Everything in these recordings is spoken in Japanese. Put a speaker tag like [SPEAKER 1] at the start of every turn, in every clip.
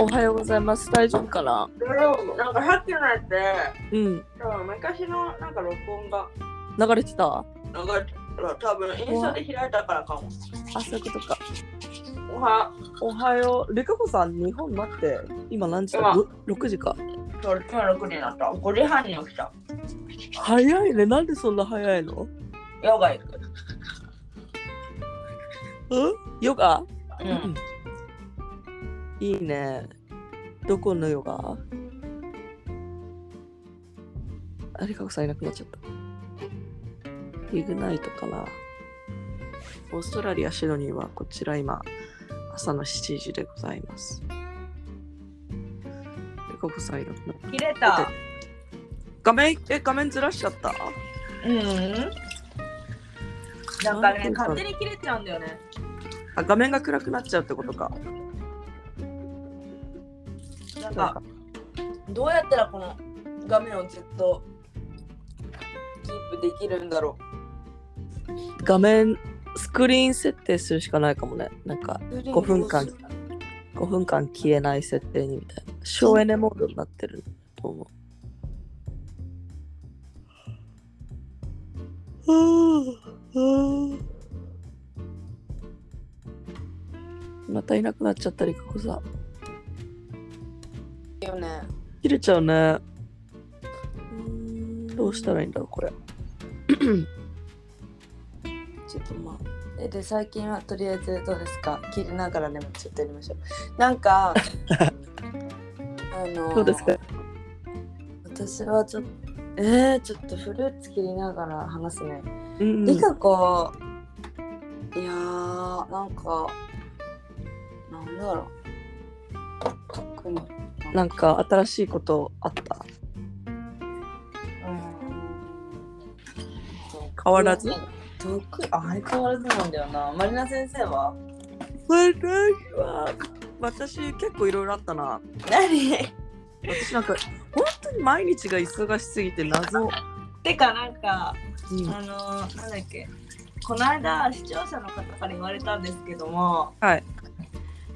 [SPEAKER 1] おはようございます。大丈夫かな
[SPEAKER 2] だろうなんかさっきのやつで、
[SPEAKER 1] うん。
[SPEAKER 2] 多分昔のなんか録音が
[SPEAKER 1] 流れてたあ、
[SPEAKER 2] 流れたら多分インスタで開いたからかも。
[SPEAKER 1] そういうことか。
[SPEAKER 2] おは、
[SPEAKER 1] おはよう。ルカ子さん、日本待って。今何時だ
[SPEAKER 2] 今
[SPEAKER 1] ろ ?6 時か。
[SPEAKER 2] そう今6時になった。5時半に起きた。
[SPEAKER 1] 早いね。なんでそんな早いのん
[SPEAKER 2] ヨガ行く。
[SPEAKER 1] ヨガ
[SPEAKER 2] う。
[SPEAKER 1] うんいいね。どこのヨガあれかこさんいなくなっちゃった。イグナイトかな。オーストラリア・シドニーはこちら今、朝の7時でございます。えかこさんいなくなった。
[SPEAKER 2] 切れ
[SPEAKER 1] だ
[SPEAKER 2] た
[SPEAKER 1] っ。画面、え、画面ずらしちゃった
[SPEAKER 2] うん。なんかね、
[SPEAKER 1] なん
[SPEAKER 2] 勝
[SPEAKER 1] て
[SPEAKER 2] 手
[SPEAKER 1] いうか
[SPEAKER 2] に切れちゃうんだよね。
[SPEAKER 1] あ、画面が暗くなっちゃうってことか。
[SPEAKER 2] なん
[SPEAKER 1] なんか
[SPEAKER 2] か、どうやったらこの画面をずっとキープできるんだろ
[SPEAKER 1] 画面、スクリーン設定するしかないかもね。なんか、
[SPEAKER 2] う。
[SPEAKER 1] 5分間5分間消えない設定にみたいな省エネモードになってると思うまたいなくなっちゃったりかこさん
[SPEAKER 2] よね。
[SPEAKER 1] 切れちゃうねどうしたらいいんだろうこれ
[SPEAKER 2] ちょっとまあ。えで最近はとりあえずどうですか切りながらでもちょっとやりましょう。なんかあの
[SPEAKER 1] どうですか
[SPEAKER 2] 私はちょっとえー、ちょっとフルーツ切りながら話すね。
[SPEAKER 1] うん
[SPEAKER 2] りかこいやーなんかなんだろう特に
[SPEAKER 1] なんか新しいことあった変わらず
[SPEAKER 2] 特あ相変わらずなんだよなまりな先生は
[SPEAKER 1] 私は私結構いろいろあったな
[SPEAKER 2] 何
[SPEAKER 1] 私なんか本当に毎日が忙しすぎて謎、
[SPEAKER 2] てかなんか
[SPEAKER 1] うん、
[SPEAKER 2] あのー、なんだっけこの間視聴者の方から言われたんですけども
[SPEAKER 1] はい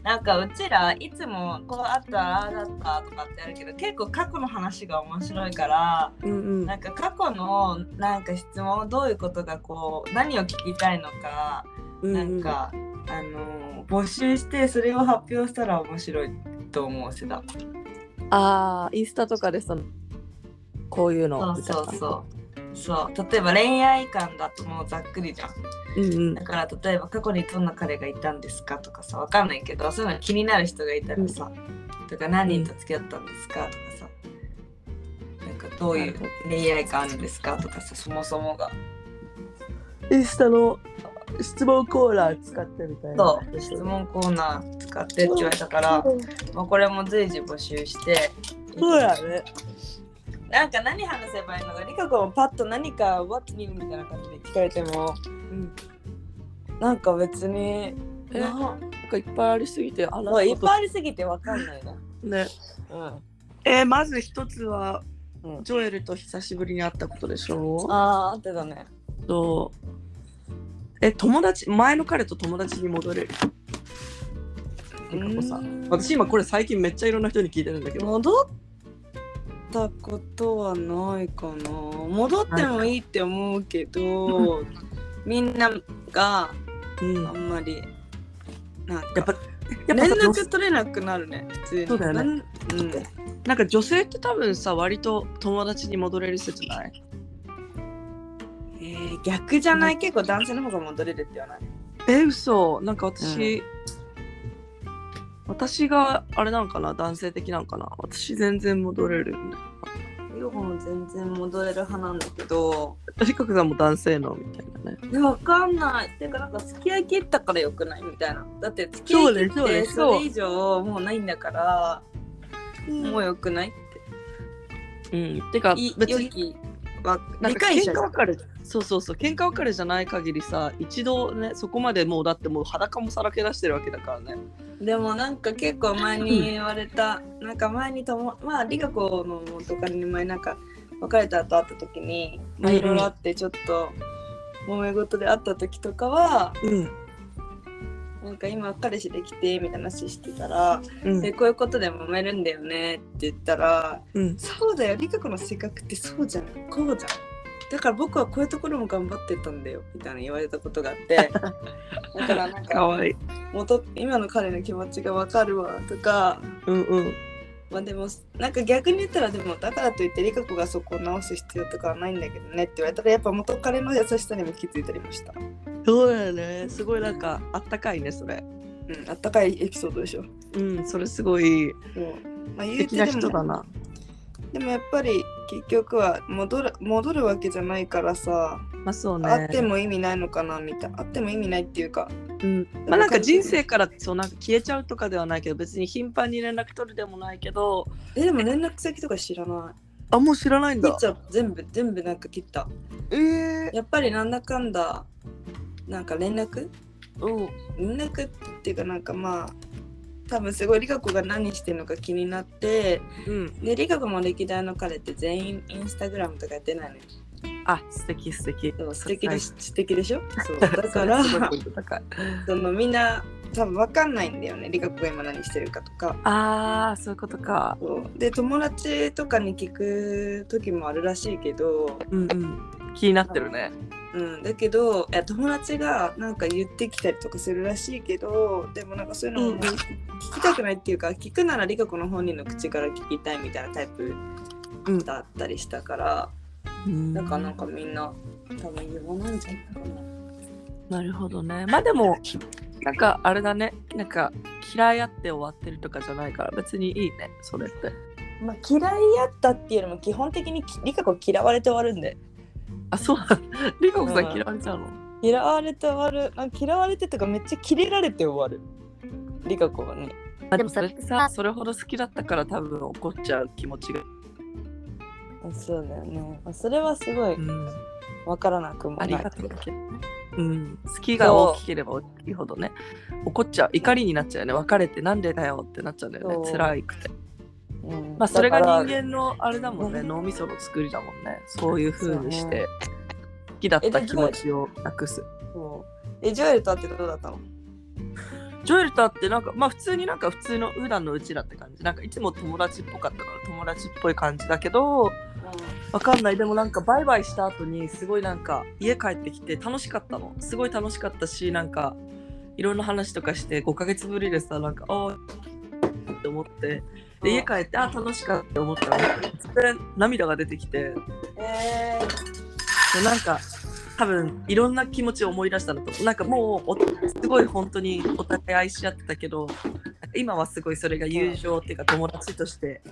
[SPEAKER 2] なんかうちらいつもこうあったああだったとかってあるけど結構過去の話が面白いから
[SPEAKER 1] うんうん
[SPEAKER 2] なんか過去のなんか質問どういうことがこう何を聞きたいのか、
[SPEAKER 1] うん
[SPEAKER 2] なんかあのー募集してそれを発表したら面白いと思うしだ
[SPEAKER 1] ああインスタとかでそのこういうの
[SPEAKER 2] そう
[SPEAKER 1] みたいな
[SPEAKER 2] そうそうそう例えば恋愛観だともうざっくりじゃん
[SPEAKER 1] うんうん
[SPEAKER 2] だから例えば過去にどんな彼がいたんですかとかさわかんないけどそういうの気になる人がいたらさ、とか何人と付き合ったんですかとかさなんかどういう恋愛観あるんですかとかさそもそもが
[SPEAKER 1] インスタの質問コーナー使ってみたいな
[SPEAKER 2] そう質問コーナー使ってって言われたから、まあ、これも随時募集して
[SPEAKER 1] そうやね
[SPEAKER 2] なんか何話せばいいのかリカ子もパッと何か「What me?」みたいな感じで聞かれても、
[SPEAKER 1] ん
[SPEAKER 2] なんか別に
[SPEAKER 1] え
[SPEAKER 2] な
[SPEAKER 1] なんかいっぱいありすぎてあ
[SPEAKER 2] もういっぱ
[SPEAKER 1] い
[SPEAKER 2] いありすぎてわかんないな。
[SPEAKER 1] ね
[SPEAKER 2] うん
[SPEAKER 1] えーまず一つは、
[SPEAKER 2] うん
[SPEAKER 1] ジョエルと久しぶりに会ったことでしょ
[SPEAKER 2] ああ、合ってたね。
[SPEAKER 1] とえ友達前の彼と友達に戻れる
[SPEAKER 2] う
[SPEAKER 1] リカ子さん
[SPEAKER 2] ん
[SPEAKER 1] 私今これ最近めっちゃいろんな人に聞いてるんだけど
[SPEAKER 2] 戻ったことはないかな。戻ってもいいって思うけ ど、みんなが
[SPEAKER 1] うん
[SPEAKER 2] あんまり、なん
[SPEAKER 1] やっ
[SPEAKER 2] か、
[SPEAKER 1] ぱやっぱ
[SPEAKER 2] 連
[SPEAKER 1] さ女
[SPEAKER 2] 絡取れなくなるね、普通に。
[SPEAKER 1] そうだよね
[SPEAKER 2] なんうん。
[SPEAKER 1] なんか女性って多分さ割と友達に戻れる人じゃない
[SPEAKER 2] えー逆じゃない、結構男性の方が戻れるって言わない。
[SPEAKER 1] え嘘なんか私、私があれなんかな男性的なんかな私全然戻れる
[SPEAKER 2] ヨガも全然戻れる派なんだけど、
[SPEAKER 1] 私角さんも男性のみたいなね
[SPEAKER 2] えわかんない。てか、なんか、付き合い切ったからよくないみたいな。だって、付き合
[SPEAKER 1] そう
[SPEAKER 2] い
[SPEAKER 1] ね
[SPEAKER 2] 切
[SPEAKER 1] そ
[SPEAKER 2] っ
[SPEAKER 1] うね
[SPEAKER 2] て、
[SPEAKER 1] そう
[SPEAKER 2] それ以上もうないんだから、も
[SPEAKER 1] も
[SPEAKER 2] う
[SPEAKER 1] う
[SPEAKER 2] よくないって。
[SPEAKER 1] うんてか
[SPEAKER 2] い
[SPEAKER 1] 別
[SPEAKER 2] 良
[SPEAKER 1] に
[SPEAKER 2] きは
[SPEAKER 1] なん
[SPEAKER 2] 理
[SPEAKER 1] か
[SPEAKER 2] 解
[SPEAKER 1] 喧
[SPEAKER 2] 者
[SPEAKER 1] 嘩
[SPEAKER 2] が
[SPEAKER 1] 別れそうそうそう喧嘩別れじゃない限りさ一度ねそこまでもうだってもう裸もさらけ出してるわけだからね
[SPEAKER 2] でもなんか結構前に言われた、なんか前にともまあ理香子の元カレに前なんか別れた後会った時にまあ
[SPEAKER 1] うんう
[SPEAKER 2] い
[SPEAKER 1] ん
[SPEAKER 2] ろいろあってちょっと揉め事で会った時とかは
[SPEAKER 1] うん
[SPEAKER 2] なんか今彼氏できてみたいな話してたら
[SPEAKER 1] う
[SPEAKER 2] 「で
[SPEAKER 1] ん。
[SPEAKER 2] こういうことで揉めるんだよね」って言ったら
[SPEAKER 1] うん
[SPEAKER 2] 「そうだよ理香子の性格ってそうじゃんこうじゃん」だから僕はこういうところも頑張ってたんだよみたいな言われたことがあって だからな
[SPEAKER 1] か
[SPEAKER 2] んか
[SPEAKER 1] わいい。
[SPEAKER 2] 元今の彼の気持ちがわかるわとか
[SPEAKER 1] うんうん。
[SPEAKER 2] まあでもなんか逆に言ったらでもだからといってリカ子がそこを直す必要とかはないんだけどねって言われたらやっぱ元彼の優しさにも気づいたりました
[SPEAKER 1] そうだよね。すごいなんか、あったかいね、それ。
[SPEAKER 2] うんあったかいエピソードでしょも
[SPEAKER 1] うん、それすごい。
[SPEAKER 2] う、まあ、
[SPEAKER 1] 素
[SPEAKER 2] 言う
[SPEAKER 1] 敵
[SPEAKER 2] て
[SPEAKER 1] な
[SPEAKER 2] で
[SPEAKER 1] 人だ
[SPEAKER 2] も
[SPEAKER 1] な。
[SPEAKER 2] でもやっぱり結局は戻る戻るわけじゃないからさ、
[SPEAKER 1] まあそうね。
[SPEAKER 2] あっても意味ないのかなみたいなあっても意味ないっていうか
[SPEAKER 1] うん、まあなんか人生からそうなんか消えちゃうとかではないけど別に頻繁に連絡取るでもないけど
[SPEAKER 2] えでも連絡先とか知らな
[SPEAKER 1] あもう知らない
[SPEAKER 2] い
[SPEAKER 1] ん
[SPEAKER 2] 切
[SPEAKER 1] だ
[SPEAKER 2] っちゃう全部全部なんか切った
[SPEAKER 1] ええ
[SPEAKER 2] やっぱりなんだかんだなんか連絡
[SPEAKER 1] うん
[SPEAKER 2] 連絡っていうかなんかまあ多分すごいリカ子が何してるのか気になって
[SPEAKER 1] うん
[SPEAKER 2] でリカ子も歴代の彼って全員インスタグラムとかやってないのよ
[SPEAKER 1] あ素敵素敵
[SPEAKER 2] でも素敵で
[SPEAKER 1] し
[SPEAKER 2] し素敵でしょ そうだから
[SPEAKER 1] すごい
[SPEAKER 2] そ
[SPEAKER 1] ポイント高い
[SPEAKER 2] のみんな多分分かんないんだよねリカ子が今何してるかとか
[SPEAKER 1] あーそういうことか
[SPEAKER 2] そうで友達とかに聞く時もあるらしいけど、
[SPEAKER 1] うんうん気になってるね
[SPEAKER 2] うん、だけどいや友達がなんか言ってきたりとかするらしいけどでもなんかそういうの
[SPEAKER 1] うん
[SPEAKER 2] も聞きたくないっていうか、聞くなら理香子の本人の口から聞きたいみたいなタイプ
[SPEAKER 1] うん
[SPEAKER 2] だったりしたから、
[SPEAKER 1] うん
[SPEAKER 2] だからなんかみんな多分言わないんじゃないかな。
[SPEAKER 1] なるほどねまあでもなんかあれだねなんか嫌いあって終わってるとかじゃないから別にいいねそれって
[SPEAKER 2] まあ、嫌いやったっていうよりも基本的にき理香子嫌われて終わるんで
[SPEAKER 1] あそうなのリココさ
[SPEAKER 2] うん
[SPEAKER 1] ん嫌われちゃうの
[SPEAKER 2] 嫌われて終わるあ嫌われてとかめっちゃキレられて終わる理香子はね。
[SPEAKER 1] まあでもそれってさそれほど好きだったから多分怒っちゃう気持ちが、
[SPEAKER 2] あそうだよね、まあ、それはすごい
[SPEAKER 1] うん、
[SPEAKER 2] わからなくもな
[SPEAKER 1] あ
[SPEAKER 2] い
[SPEAKER 1] りがたいけどねうん、好きが大きければ大きいほどね怒っちゃう怒りになっちゃうよね別れてなんでだよってなっちゃうんだよ
[SPEAKER 2] そ
[SPEAKER 1] ね
[SPEAKER 2] う
[SPEAKER 1] 辛いくて
[SPEAKER 2] うん
[SPEAKER 1] まあそれが
[SPEAKER 2] だ
[SPEAKER 1] 人
[SPEAKER 2] から
[SPEAKER 1] 間のあれだもんね
[SPEAKER 2] うん
[SPEAKER 1] 脳みその作りだもんねそういう風にし
[SPEAKER 2] そうね
[SPEAKER 1] て好きだっ
[SPEAKER 2] え
[SPEAKER 1] た
[SPEAKER 2] で
[SPEAKER 1] 気持ちをなくす
[SPEAKER 2] そうえジョエルと会ってどうだったの
[SPEAKER 1] ジョエルと会ってなんかまあ普通になんか普通の普段のうちらって感じなんかいつも友達っぽかったから友達っぽい感じだけどわかんないでもなんかバイバイした後にすごいなんか家帰ってきて楽しかったのすごい楽しかったしなんかいろんな話とかして5ヶ月ぶりでさなんかああって思ってで家帰ってあー楽しかったって思ったら突然涙が出てきてで
[SPEAKER 2] え
[SPEAKER 1] なんか多分いろんな気持ちを思い出したのとなんかもうおすごい本当にお互い愛し合ってたけど今はすごいそれが友情っていうか友達として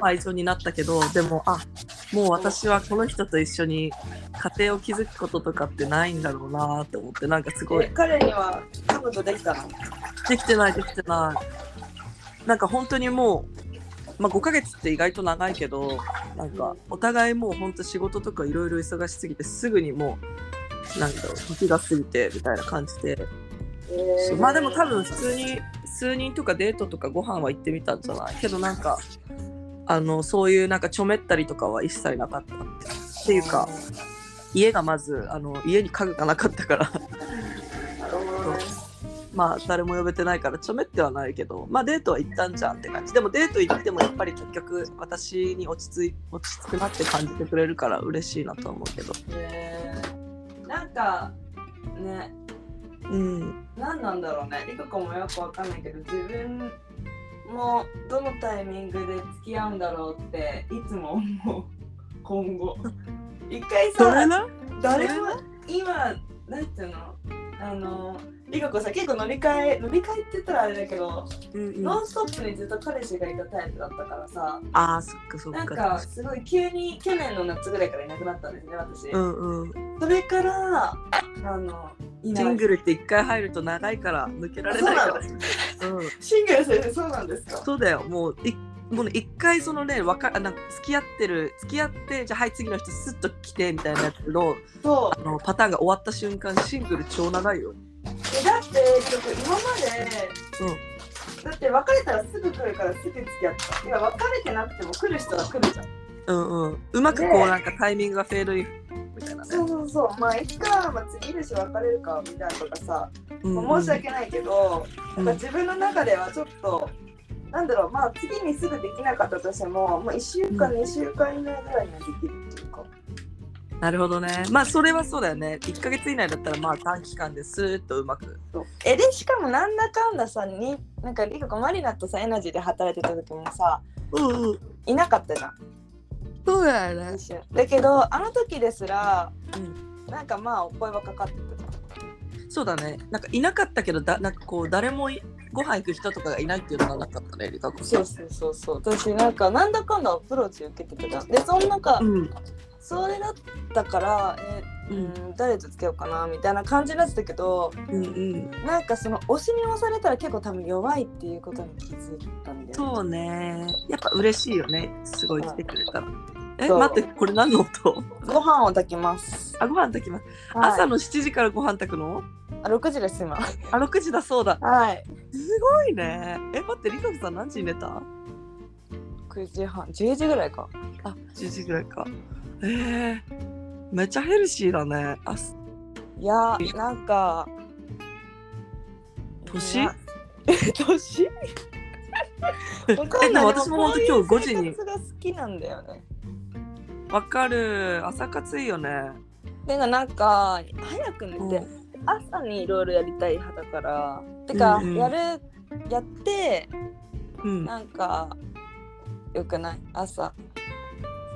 [SPEAKER 1] 愛情になったけどでもあもう私はこの人と一緒に家庭を築くこととかってないんだろうなって思ってなんかすごい
[SPEAKER 2] 彼には彼女できたの
[SPEAKER 1] できてないできてないなんか本当にもう、まあ、5ヶ月って意外と長いけどなんかお互いもう本当仕事とかいろいろ忙しすぎてすぐにもうなんだろう時が過ぎてみたいな感じでそうまあでも多分普通に数人とかデートとかご飯は行ってみたんじゃないけどなんかあのそういうなんかちょめったりとかは一切なかったっていうか家がまずあの家に家具がなかったから
[SPEAKER 2] なるほどね
[SPEAKER 1] まあ誰も呼べてないからちょめってはないけどまあデートは行ったんじゃんって感じでもデート行ってもやっぱり結局私に落ち着い落ち着くなって感じてくれるから嬉しいなとは思うけど
[SPEAKER 2] へーなんかね
[SPEAKER 1] うん
[SPEAKER 2] 何なんだろうねリカ子もよくわかんないけど自分もどのタイミングで付き合うんだろうっていつも思う今 後一回
[SPEAKER 1] そ
[SPEAKER 2] さ
[SPEAKER 1] れな
[SPEAKER 2] 誰も今なんていうのあのりかこさ結構乗り換え乗り換えって言ったらあれだけど、
[SPEAKER 1] うんうん
[SPEAKER 2] ノンストップにずっと彼氏がいたタイプだったからさ
[SPEAKER 1] ああそっかそっ
[SPEAKER 2] なん
[SPEAKER 1] か
[SPEAKER 2] かすごい急に去年の夏ぐらいからいなくなったんですね私、
[SPEAKER 1] うんうん
[SPEAKER 2] それからあのいない
[SPEAKER 1] ジングルって一回入ると長いから抜けられないから。うん、
[SPEAKER 2] シングル先生そうなんですか
[SPEAKER 1] そうだよ。もういもうね一回そのねわかあなんか付き合ってる付き合ってじゃあはい次の人スッと来てみたいなやつの
[SPEAKER 2] そ
[SPEAKER 1] あのパターンが終わった瞬間シングル超長いよ。
[SPEAKER 2] うえだってちょっと今まで
[SPEAKER 1] う
[SPEAKER 2] だって別れたらすぐ来るからすぐ付き合った今別れてなくても来る人は来るじゃん
[SPEAKER 1] んうんうん。うまくこう
[SPEAKER 2] ねえ
[SPEAKER 1] なんかタイミングがフェードインみたいなね
[SPEAKER 2] そう。そうそうまあいつか、まあ、次の日別れるかみたいなとかさ
[SPEAKER 1] うん
[SPEAKER 2] 申し訳ないけど、なんか自分の中ではちょっと、なんだろう、まあ、次にすぐできなかったとしても、もう1週間、
[SPEAKER 1] う
[SPEAKER 2] 2週間以内ぐらいにはできるっていうか、
[SPEAKER 1] なるほどねまあそれはそうだよね1ヶ月以内だったらまあ短期間ですーっとうまく
[SPEAKER 2] そうえで、しかもなんだかんださ、になんか、リカ子、マリナとさ、エナジーで働いてた時もさ、
[SPEAKER 1] うんうん
[SPEAKER 2] いなかったじゃん。
[SPEAKER 1] そうだよね
[SPEAKER 2] 一瞬だけどあの時ですら、
[SPEAKER 1] う
[SPEAKER 2] なんかまあお声はかかってたじゃん
[SPEAKER 1] そうだねなんかいなかったけどだなんかこう誰もいご飯行く人とかがいないっていうのがなかったねりかこ
[SPEAKER 2] そうそうそうそう私なんかなんだかんだアプローチ受けてたじゃんでその中、
[SPEAKER 1] うん
[SPEAKER 2] それだったからえ
[SPEAKER 1] う
[SPEAKER 2] うんん誰とつけようかなみたいな感じになってたけど
[SPEAKER 1] うんうん
[SPEAKER 2] なんかその推しに押されたら結構多分弱いっていうことに気づいたんで
[SPEAKER 1] そうねやっぱ嬉しいよねすごい来てくれたらえ
[SPEAKER 2] そう
[SPEAKER 1] 待ってこれ何の音
[SPEAKER 2] ご飯を炊きます、
[SPEAKER 1] あご飯炊きます、
[SPEAKER 2] はい、
[SPEAKER 1] 朝の7時からご飯炊くの
[SPEAKER 2] あ6時です今
[SPEAKER 1] あ6時だそうだ
[SPEAKER 2] はい
[SPEAKER 1] すごいねえ待ってりかこさん何時に寝た
[SPEAKER 2] 9時半10時ぐらいか
[SPEAKER 1] あ10時ぐらいかえー、めっちゃヘルシーだねあす
[SPEAKER 2] いやなんか
[SPEAKER 1] 年
[SPEAKER 2] いや年わか ん
[SPEAKER 1] えで
[SPEAKER 2] ない
[SPEAKER 1] も私も本当今日5時
[SPEAKER 2] こうい
[SPEAKER 1] に
[SPEAKER 2] う生活が好きなんだよね。
[SPEAKER 1] わかる朝活いいよね
[SPEAKER 2] てかなんか早く寝て、
[SPEAKER 1] うん
[SPEAKER 2] 朝にいろいろやりたい派だから。てか、
[SPEAKER 1] うんうん
[SPEAKER 2] やるやって
[SPEAKER 1] うん
[SPEAKER 2] なんかよくない朝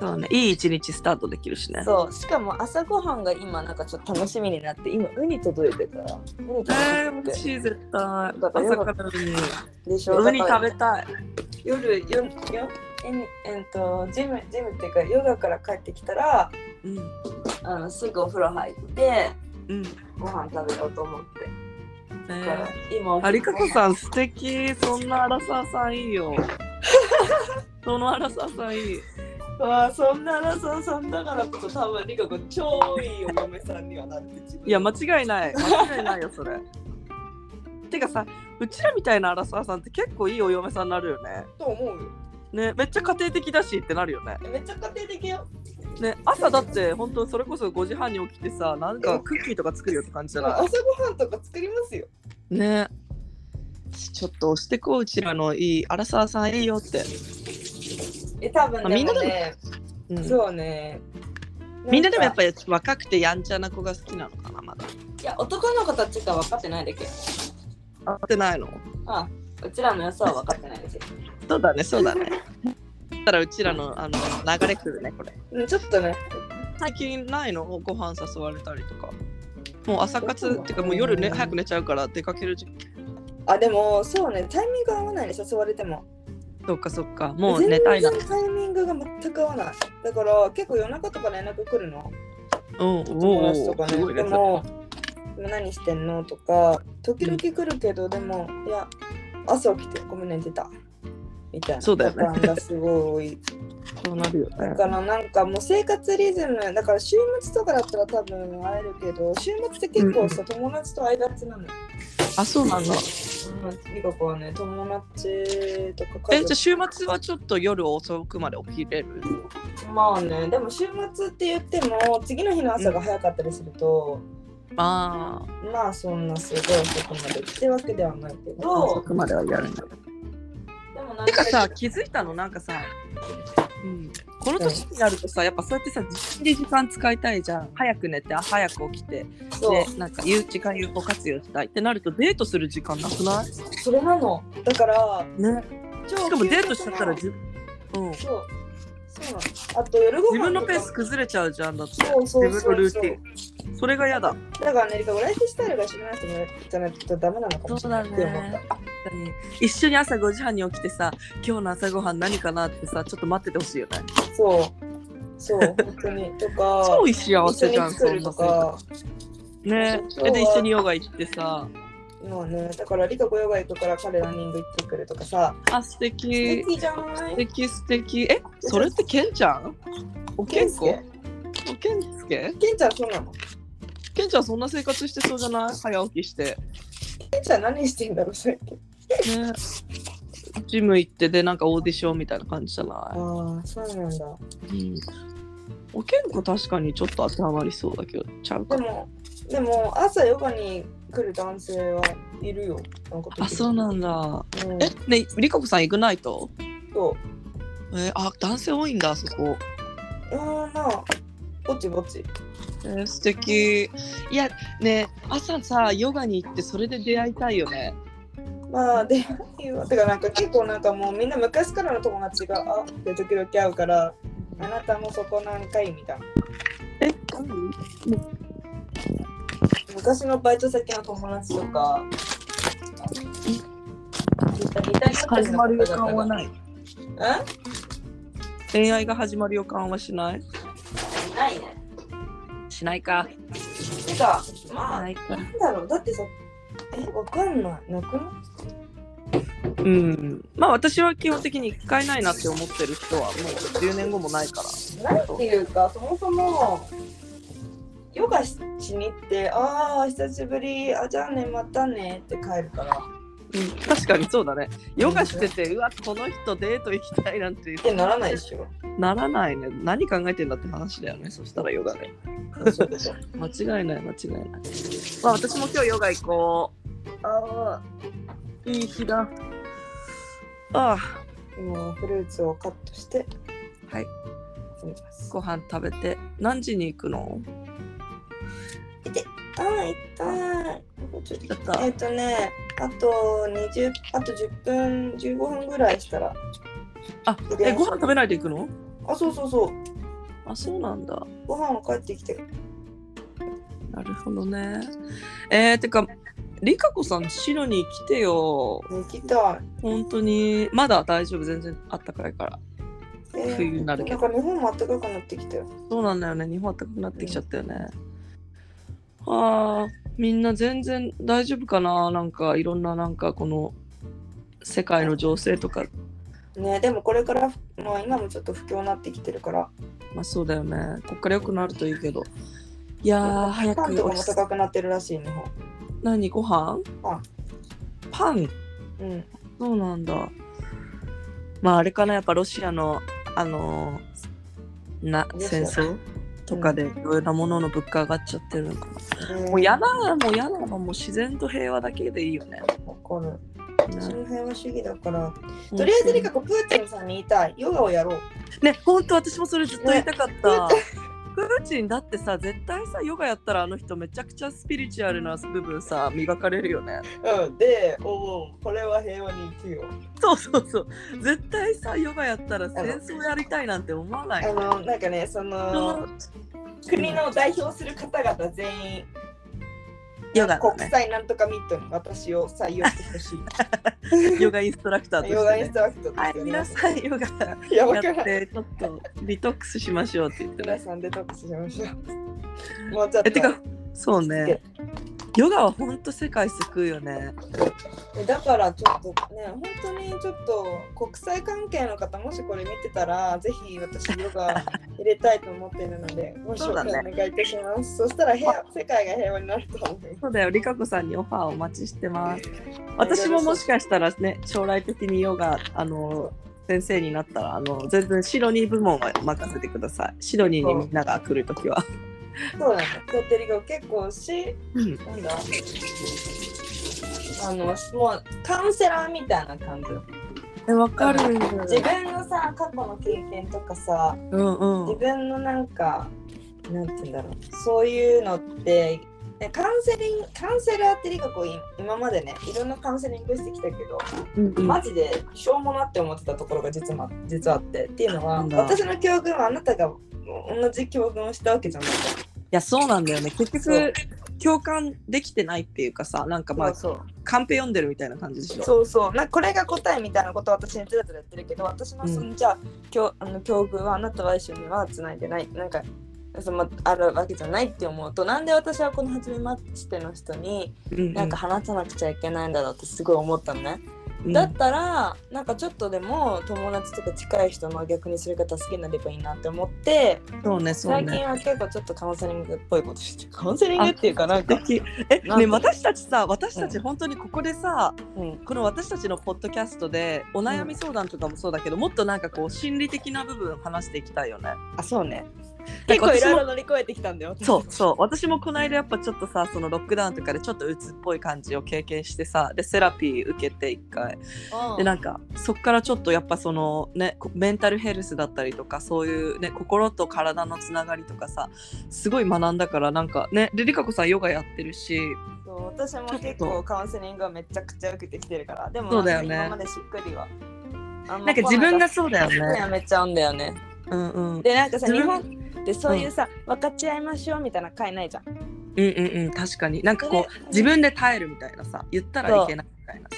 [SPEAKER 1] そうねいい一日スタートできるしね
[SPEAKER 2] そうしかも朝ごはんが今なんかちょっと楽しみになって今ウニ届いてるからウニ届
[SPEAKER 1] えー、
[SPEAKER 2] いて
[SPEAKER 1] 欲
[SPEAKER 2] て、
[SPEAKER 1] しい絶対朝
[SPEAKER 2] だからよか
[SPEAKER 1] か
[SPEAKER 2] っ
[SPEAKER 1] らウニ
[SPEAKER 2] でしょ
[SPEAKER 1] ウニ食
[SPEAKER 2] だから
[SPEAKER 1] べたい
[SPEAKER 2] 夜よよえんえっとジムジムっていうかヨガから帰ってきたら
[SPEAKER 1] うん
[SPEAKER 2] あのすぐお風呂入って
[SPEAKER 1] うん
[SPEAKER 2] ご飯食べようと思って、
[SPEAKER 1] え
[SPEAKER 2] だから
[SPEAKER 1] ー
[SPEAKER 2] 今
[SPEAKER 1] ありかこさん素敵そんなアラサーさんいいよ そのアラサーさんいい
[SPEAKER 2] わあそんなラサさんだからこそ多分リカ子超いいお嫁さんにはなって自分
[SPEAKER 1] いや間違いない間違いないよそれ てかさうちらみたいなアラサーさんって結構いいお嫁さんになるよね
[SPEAKER 2] と思うよ
[SPEAKER 1] ねめっちゃ家庭的だしってなるよね
[SPEAKER 2] めっちゃ家庭的よ
[SPEAKER 1] ね朝だって本当それこそ5時半に起きてさなんかクッキーとか作るよって感じじゃな
[SPEAKER 2] 朝ごはんとか作りますよ
[SPEAKER 1] いねちょっと押してこううちらのいいアラサーさんいいよって、
[SPEAKER 2] え多分
[SPEAKER 1] あ
[SPEAKER 2] で
[SPEAKER 1] みんな
[SPEAKER 2] も
[SPEAKER 1] でも
[SPEAKER 2] ね
[SPEAKER 1] うん
[SPEAKER 2] そうね
[SPEAKER 1] みんなでもやっぱ
[SPEAKER 2] り
[SPEAKER 1] り若くてやんちゃな子が好きなのかなまだ
[SPEAKER 2] いや男の子たちが分かってないだけ
[SPEAKER 1] 合ってないの
[SPEAKER 2] あうちらの良さは分かってないだけ
[SPEAKER 1] そうだねそうだね だからうちらのあの流れくるねこれ
[SPEAKER 2] うんちょっとね
[SPEAKER 1] 最近ないのご飯誘われたりとかもう朝活っていうかもう夜、ね、
[SPEAKER 2] うん
[SPEAKER 1] 早く寝ちゃうから出かける時間
[SPEAKER 2] あでもそうねタイミング合わないね誘われても
[SPEAKER 1] そっかそっかもう寝たいな
[SPEAKER 2] 全然タイミングが全く合わないだから結構夜中とか連絡来るの
[SPEAKER 1] うんお
[SPEAKER 2] 友
[SPEAKER 1] ー
[SPEAKER 2] 達とか
[SPEAKER 1] すご
[SPEAKER 2] ね
[SPEAKER 1] いね
[SPEAKER 2] でも今何してんのとか時々来るけどでもいや朝起きてごめん寝てたみたいな
[SPEAKER 1] そうだよね
[SPEAKER 2] パターンがすごい
[SPEAKER 1] そうなるよね
[SPEAKER 2] 多いだからなんかもう生活リズムだから週末とかだったら多分会えるけど週末って結構さ、友達と会いがちなのよ
[SPEAKER 1] あそうなんだ
[SPEAKER 2] うんリカ子はね友達とか
[SPEAKER 1] えじゃあ
[SPEAKER 2] 家族
[SPEAKER 1] 週末はちょっと夜遅くまで起きれる
[SPEAKER 2] まあねでも週末って言っても次の日の朝が早かったりすると、
[SPEAKER 1] あ
[SPEAKER 2] まあそんなすごい遅くまでってわけではないけ
[SPEAKER 1] あ遅
[SPEAKER 2] ど
[SPEAKER 1] くまではやるんだ
[SPEAKER 2] でもなん
[SPEAKER 1] てかさ気づいたのなんかさ、うん、この年になるとさやっぱそうやってさ自分で時間使いたいじゃん早く寝てあ早く起きて
[SPEAKER 2] そう
[SPEAKER 1] でなんか有時間有効活用したいってなるとデートする時間なくない
[SPEAKER 2] それなのだから
[SPEAKER 1] ね
[SPEAKER 2] 超
[SPEAKER 1] しかもデートしちゃったら
[SPEAKER 2] 究
[SPEAKER 1] じ、うん、
[SPEAKER 2] 極なそうそうなのあと夜ご飯
[SPEAKER 1] 自分のペース
[SPEAKER 2] とか
[SPEAKER 1] 崩れちゃうじゃんだって
[SPEAKER 2] そうそう
[SPEAKER 1] 自
[SPEAKER 2] そ
[SPEAKER 1] 分の
[SPEAKER 2] う
[SPEAKER 1] ルー
[SPEAKER 2] そう
[SPEAKER 1] ティンそれが嫌だ
[SPEAKER 2] だからねリカライフスタイルが一緒になってもらじゃないとダメなのかもしれないって思
[SPEAKER 1] そう
[SPEAKER 2] っ
[SPEAKER 1] だ
[SPEAKER 2] た
[SPEAKER 1] ね一緒に朝5時半に起きてさ今日の朝ごはん何かなってさちょっと待っててほしいよね
[SPEAKER 2] そうそう本当にとか
[SPEAKER 1] 超幸
[SPEAKER 2] 一緒
[SPEAKER 1] せ
[SPEAKER 2] に
[SPEAKER 1] じゃん
[SPEAKER 2] 作
[SPEAKER 1] そん
[SPEAKER 2] る
[SPEAKER 1] な
[SPEAKER 2] と
[SPEAKER 1] 生活
[SPEAKER 2] か
[SPEAKER 1] ね
[SPEAKER 2] そう
[SPEAKER 1] えで一緒にヨガ行ってさ
[SPEAKER 2] もうねだからリカ子ヨガ行くから彼ランニング行ってくるとかさ
[SPEAKER 1] あ素敵
[SPEAKER 2] 素敵じゃ
[SPEAKER 1] 素
[SPEAKER 2] ない
[SPEAKER 1] 敵素敵えそれってケンちゃんおけんこ
[SPEAKER 2] 健介
[SPEAKER 1] おけんすけ
[SPEAKER 2] ケンちゃんそうなの
[SPEAKER 1] ケンちゃんそんな生活してそうじゃない早起きして
[SPEAKER 2] ケンちゃん何してんだろうさっき
[SPEAKER 1] ねジム行ってでなんかオーディションみたいな感じじゃな
[SPEAKER 2] ああそうなんだ
[SPEAKER 1] い、うん、おけんこ確かにちょっと当てはまりそうだけどちゃう
[SPEAKER 2] で
[SPEAKER 1] か
[SPEAKER 2] もでも朝ヨガに来る男性はいるよ。なんか
[SPEAKER 1] あ、そうなん
[SPEAKER 2] だ。
[SPEAKER 1] だ。
[SPEAKER 2] うん、
[SPEAKER 1] え、ね、リカコさん、イグナイト
[SPEAKER 2] そう。
[SPEAKER 1] えーあ、男性多いんだ、そこ。
[SPEAKER 2] いやーまあ、ぼちぼち。
[SPEAKER 1] えー素敵。いや、ね、朝さ、ヨガに行って、それで出会いたいよね。
[SPEAKER 2] まあ、出会いは。てか、なんか結構なんかもうみんな昔からの友達が、あで時々会うから、あなたもそこ何回みたいな。
[SPEAKER 1] え、
[SPEAKER 2] 昔のバイト先の友達とか、イタリア。
[SPEAKER 1] 始まる予感はないい。
[SPEAKER 2] ん
[SPEAKER 1] 恋愛が始まる予感はしない
[SPEAKER 2] ないね。
[SPEAKER 1] しないか。
[SPEAKER 2] てか、まあ、ない
[SPEAKER 1] か。
[SPEAKER 2] んだろう。だってさ、え、わかんない。なくな
[SPEAKER 1] うん。まあ私は基本的に一回ないなって思ってる人はもう10年後もないから。
[SPEAKER 2] ないっていうか、そもそも、ヨガししに行って、ああ、久しぶり、あ、じゃあね、またねって帰るから。
[SPEAKER 1] うん、確かにそうだね。ヨガしてて、うわ、この人デート行きたいなんて
[SPEAKER 2] ってならないでしょ。
[SPEAKER 1] ならないね。何考えてんだって話だよね。そしたらヨガで。
[SPEAKER 2] そうでしょ。
[SPEAKER 1] 間違いない、間違いない。まあ私も今日ヨガ行こう。ああ、いい日だ。ああ、
[SPEAKER 2] 今、フルーツをカットして、
[SPEAKER 1] はい。
[SPEAKER 2] 詰めます。
[SPEAKER 1] ご飯食べて。何時に行くの
[SPEAKER 2] あー、痛い。ちょっと
[SPEAKER 1] ちょっと
[SPEAKER 2] えっ、とね、あと20、あと10分、15分ぐらいしたら。
[SPEAKER 1] あ、え、ご飯食べないで行くの
[SPEAKER 2] あ、そうそうそう。
[SPEAKER 1] あ、そうなんだ。
[SPEAKER 2] ご飯は帰ってきて。
[SPEAKER 1] なるほどね。えー、てか、りかこさん、白に来てよ。
[SPEAKER 2] 行きたい。
[SPEAKER 1] 本当に、まだ大丈夫、全然あったかいから。
[SPEAKER 2] えー
[SPEAKER 1] 冬になるけ
[SPEAKER 2] なん
[SPEAKER 1] ど。
[SPEAKER 2] か日本も暖かくなってきたよ。
[SPEAKER 1] そうなんだよね、日本あったかくなってきちゃったよね。ああ、みんな全然大丈夫かな、なんかいろんな、なんかこの世界の情勢とか、
[SPEAKER 2] ねでもこれから、まあ今もちょっと不況になってきてるから、
[SPEAKER 1] まあそうだよね、こっから良くなるといいけど。いやー、早
[SPEAKER 2] パンと
[SPEAKER 1] く
[SPEAKER 2] か
[SPEAKER 1] お
[SPEAKER 2] も
[SPEAKER 1] ち着
[SPEAKER 2] 高くなってるらしい、日本。
[SPEAKER 1] 何、ご飯
[SPEAKER 2] パン
[SPEAKER 1] パン
[SPEAKER 2] うん。
[SPEAKER 1] そうなんだ。まああれかなやっぱロシアのあのーな
[SPEAKER 2] ロシア
[SPEAKER 1] 戦争とかでいろいろなものの物価上がっちゃってるのかな。
[SPEAKER 2] ね
[SPEAKER 1] もうやだもうやだもう自然と平和だけでいいよね。
[SPEAKER 2] わかる。その辺は主義だから。とりあえず、リカコ、プーチンさんに言いたい。ヨガをやろう。
[SPEAKER 1] ね本当私もそれずっと言いたかった。プーチンだってさ絶対さヨガやったらあの人めちゃくちゃスピリチュアルな部分さ磨かれるよね。
[SPEAKER 2] うん、で、おお、これは平和に生きよう。
[SPEAKER 1] そうそうそう絶対さヨガやったら戦争やりたいなんて思わない
[SPEAKER 2] あ。の、なんかね、その、国の代表する方々全員、
[SPEAKER 1] ヨガだ
[SPEAKER 2] 国
[SPEAKER 1] ね。
[SPEAKER 2] 際なんとかミットに私を採用してほ しい。
[SPEAKER 1] ヨガインストラクターとして、ね。
[SPEAKER 2] ヨガインストラクターと
[SPEAKER 1] は
[SPEAKER 2] し
[SPEAKER 1] い、
[SPEAKER 2] てね
[SPEAKER 1] 皆さん、ヨガや
[SPEAKER 2] いや、わから
[SPEAKER 1] っ
[SPEAKER 2] ない。
[SPEAKER 1] て、ちょっとリトックスしましょうって言って
[SPEAKER 2] 皆
[SPEAKER 1] ね。
[SPEAKER 2] さんでトックスしましょう。 もうちょっと。
[SPEAKER 1] え、てか、そうね。ヨガはほんと世界救うよね。
[SPEAKER 2] えだからちょっとね、本当にちょっと国際関係の方、もしこれ見てたら、ぜひ私、ヨガ入れたいと思っているの で、ご
[SPEAKER 1] そ
[SPEAKER 2] 紹
[SPEAKER 1] うだね
[SPEAKER 2] 介お願いいたします。そ,、したら平和、世界が平和になると思います。
[SPEAKER 1] そうだよ、リカコさんにオファーお待ちしてます。私ももしかしたらね、将来的にヨガ、あの、先生になったら、あの、全然シドニー部門は任せてください。シドニーにみんなが来るときは。
[SPEAKER 2] そうだね。だってリコ結構し、
[SPEAKER 1] うん
[SPEAKER 2] なんだあの、もうカウンセラーみたいな感じ。
[SPEAKER 1] え、わかる。
[SPEAKER 2] 自分のさ、過去の経験とかさ、
[SPEAKER 1] うんう
[SPEAKER 2] 自
[SPEAKER 1] ん。
[SPEAKER 2] 分のなんか、なんて言うんだろう、そういうのって、ねカウンセリング、カウンセラーってリコこうい今までね、いろんなカウンセリングしてきたけど、
[SPEAKER 1] うんうん
[SPEAKER 2] マジでしょうもなって思ってたところが実は実はあって、っていうのは
[SPEAKER 1] なん、だ
[SPEAKER 2] 私の教訓はあなたが同じ教訓をしたわけじゃない。
[SPEAKER 1] いやそうなんだよね結
[SPEAKER 2] そう
[SPEAKER 1] 局共感できてないっていうかさなんかまあ
[SPEAKER 2] そう。
[SPEAKER 1] カンペ読んでるみたいな感じでしょ
[SPEAKER 2] そうそうなんかこれが答えみたいなことを私にずらずらやってるけど私のその、じゃあ今日あの境遇はあなたは一緒にはつないでないなんかそのあるわけじゃないって思うとなんで私はこの初めましての人に
[SPEAKER 1] うんうん
[SPEAKER 2] なんか話さなくちゃいけないんだろうってすごい思ったのね、
[SPEAKER 1] うん
[SPEAKER 2] だったらなんかちょっとでも友達とか近い人の逆にそれが助けになればいいなって思って
[SPEAKER 1] そうねそう
[SPEAKER 2] 最近
[SPEAKER 1] ね
[SPEAKER 2] は結構ちょっとカウンセリングっぽいことしてるカウンセリングっていうかなんか
[SPEAKER 1] 素、敵え
[SPEAKER 2] なん
[SPEAKER 1] ね
[SPEAKER 2] か
[SPEAKER 1] 私たちさ私たち本当にここでさ、
[SPEAKER 2] うん
[SPEAKER 1] この私たちのポッドキャストでお悩み相談とかもそうだけど、もっとなんかこう心理的な部分話していきたいよね
[SPEAKER 2] あそうね結構い
[SPEAKER 1] 私
[SPEAKER 2] ろい
[SPEAKER 1] も
[SPEAKER 2] ろ乗り越えてきたんだよ。
[SPEAKER 1] そうそう私もこの間やっぱちょっとさそのロックダウンとかでちょっと鬱っぽい感じを経験してさでセラピー受けて一回
[SPEAKER 2] うん。
[SPEAKER 1] でなんかそっからちょっとやっぱそのねこメンタルヘルスだったりとかそういうね心と体のつながりとかさすごい学んだからなんかねでりかこさんヨガやってるし
[SPEAKER 2] そう私も結
[SPEAKER 1] ちょっと
[SPEAKER 2] 構カウンセリングはめちゃくちゃ受けてきてるから。でも
[SPEAKER 1] そうだよね
[SPEAKER 2] なんか今までしっくりは。あ
[SPEAKER 1] な
[SPEAKER 2] んま
[SPEAKER 1] んか自分がそうだ
[SPEAKER 2] 来
[SPEAKER 1] よ
[SPEAKER 2] なかった
[SPEAKER 1] ね。
[SPEAKER 2] やめちゃうんだよね。
[SPEAKER 1] うんうん、うん
[SPEAKER 2] でなんかさ
[SPEAKER 1] 自
[SPEAKER 2] 日
[SPEAKER 1] 分
[SPEAKER 2] 本ってそういうさ、分かち合いましょうみたいな会ないじゃん。
[SPEAKER 1] うんうん確かになんかこう自分で耐えるみたいなさ言ったらいけないみたいなさ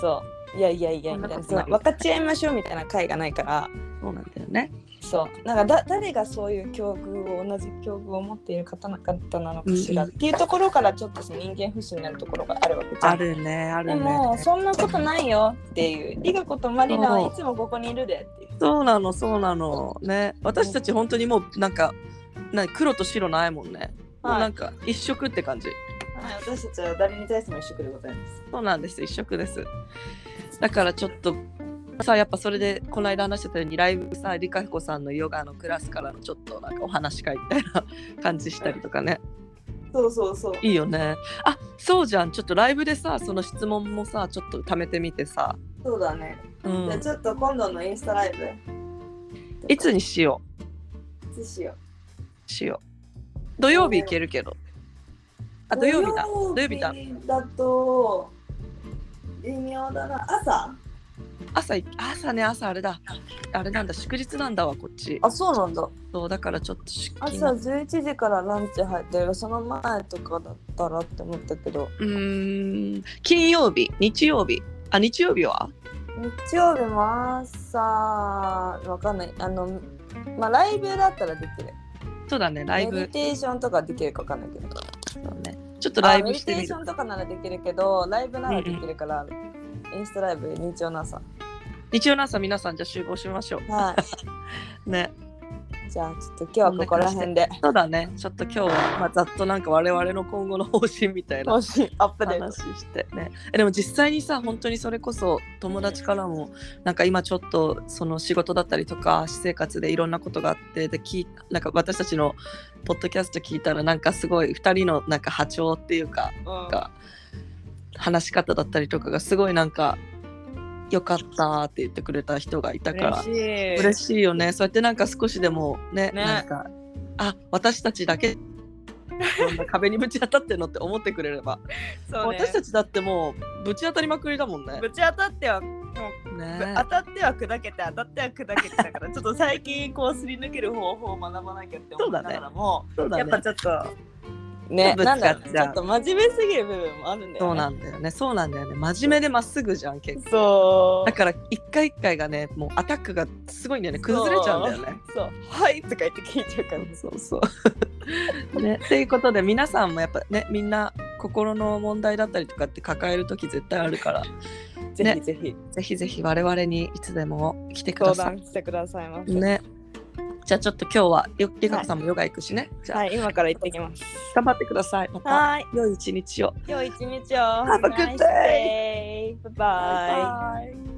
[SPEAKER 2] そういやいやいやみたいな
[SPEAKER 1] そんなことない
[SPEAKER 2] 分かち合いましょうみたいな会がないから
[SPEAKER 1] そうなんだよね。
[SPEAKER 2] そうなんかだ誰がそういう境遇を同じ境遇を持っている方々なのかしら
[SPEAKER 1] うん
[SPEAKER 2] っていうところからちょっとその人間不信になるところがあるわけじゃん。
[SPEAKER 1] あるねあ
[SPEAKER 2] で
[SPEAKER 1] るね。
[SPEAKER 2] もそんなことないよっていうリガコとマリナはいつもここにいるでっていう。
[SPEAKER 1] そうなのそうなのね私たち本当にもうなんかな黒と白ないもんね、もう
[SPEAKER 2] は
[SPEAKER 1] なん
[SPEAKER 2] い、
[SPEAKER 1] か一色って感じ
[SPEAKER 2] はい、私たちは誰に対しても一緒でございます。
[SPEAKER 1] そうなんです一色ですだからちょっとさやっぱそれでこの間話してたようにライブさりかひこさんのヨガのクラスからのちょっとなんかお話会みたいな感じしたりとかね
[SPEAKER 2] そうそうそう。
[SPEAKER 1] いいよねあそうじゃんちょっとライブでさその質問もさちょっと貯めてみてさ、
[SPEAKER 2] そうだね。
[SPEAKER 1] う
[SPEAKER 2] じゃあ
[SPEAKER 1] ん、
[SPEAKER 2] ちょっと今度のインスタライブ
[SPEAKER 1] いつにしよ
[SPEAKER 2] いつしよう。
[SPEAKER 1] うしよう土曜日行けるけどあ土曜日だ土曜日だ
[SPEAKER 2] だと微妙だな朝
[SPEAKER 1] 朝い朝ね朝あれだあれなんだ祝日なんだわこっち
[SPEAKER 2] あそうなんだ
[SPEAKER 1] そうだからちょっと出勤
[SPEAKER 2] 朝11時からランチ入ってるその前とかだったらって思ったけど
[SPEAKER 1] うーん金曜日日曜日あ日曜日は
[SPEAKER 2] 日曜日も朝わかんないあのまあライブだったらできる
[SPEAKER 1] そうだねライ
[SPEAKER 2] メ
[SPEAKER 1] ブ
[SPEAKER 2] ディテーションとかできるかわかんないけど
[SPEAKER 1] そうねちょっとライ
[SPEAKER 2] あ
[SPEAKER 1] ブ
[SPEAKER 2] メデ
[SPEAKER 1] し
[SPEAKER 2] ィテ
[SPEAKER 1] て
[SPEAKER 2] ー
[SPEAKER 1] み
[SPEAKER 2] シ
[SPEAKER 1] る
[SPEAKER 2] ョンとかならできるけどライブならできるから、インスタライブ日曜の朝
[SPEAKER 1] 日曜の朝皆さんじゃあ集合しましょ
[SPEAKER 2] は
[SPEAKER 1] うね
[SPEAKER 2] いじゃあちょっと今日はここら辺で
[SPEAKER 1] そうだねちょっと今日は、まあ、ざっとなんか我々の今後の方針みたいな
[SPEAKER 2] もしアップデート
[SPEAKER 1] 話してねえでも実際にさ本当にそれこそ友達からもなんか今ちょっとその仕事だったりとか私生活でいろんなことがあってで聞いなんか私たちのポッドキャスト聞いたらなんかすごい2人のなんか波長っていうか
[SPEAKER 2] うん
[SPEAKER 1] が話し方だったりとかがすごいなんか良かったって言ってくれた人がいたから
[SPEAKER 2] 嬉しい
[SPEAKER 1] 嬉しいよねそうやってなんか少しでもね
[SPEAKER 2] ね
[SPEAKER 1] なんかあ私たちだけこんな壁にぶち当たってんのって思ってくれれば、
[SPEAKER 2] そうね
[SPEAKER 1] 私たちだってもうぶち当たりまくりだもんね
[SPEAKER 2] ぶ。ち当たっては、
[SPEAKER 1] ね
[SPEAKER 2] 当たっては砕けて当たっては砕けてだからちょっと最近こうすり抜ける方法を学ばなきゃって思いながらも、
[SPEAKER 1] そうだ
[SPEAKER 2] やっぱ
[SPEAKER 1] ね
[SPEAKER 2] ちょっと
[SPEAKER 1] ね
[SPEAKER 2] ねなんだろ
[SPEAKER 1] ぶ
[SPEAKER 2] う
[SPEAKER 1] つかっ
[SPEAKER 2] ねち
[SPEAKER 1] ちゃう
[SPEAKER 2] ょっと真面目すぎる部分もあるんだ
[SPEAKER 1] そう
[SPEAKER 2] よ
[SPEAKER 1] な
[SPEAKER 2] ね
[SPEAKER 1] んだよねそうなんだよね真面目でまっすぐじゃん結構
[SPEAKER 2] そう
[SPEAKER 1] だから一回一回がねもうアタックがすごいんだよね崩れちゃうんだよね。
[SPEAKER 2] そうはいとか言って聞いちゃうから
[SPEAKER 1] そうそう。 ね、ということで皆さんもやっぱねみんな心の問題だったりとかって抱える時絶対あるから
[SPEAKER 2] ぜひぜひ
[SPEAKER 1] ぜひぜひ我々にいつでも来てく
[SPEAKER 2] 相
[SPEAKER 1] ださ
[SPEAKER 2] 談してくださいま
[SPEAKER 1] い。
[SPEAKER 2] せ、
[SPEAKER 1] ね。じゃあちょっと今日はよりかこさんもヨガ行くしね。じゃあ、
[SPEAKER 2] はい今から行ってきます
[SPEAKER 1] 頑張ってください。また
[SPEAKER 2] はい
[SPEAKER 1] 良い一日を。
[SPEAKER 2] 今日一日を
[SPEAKER 1] Have a good day.
[SPEAKER 2] Nice day. Bye bye.
[SPEAKER 1] イ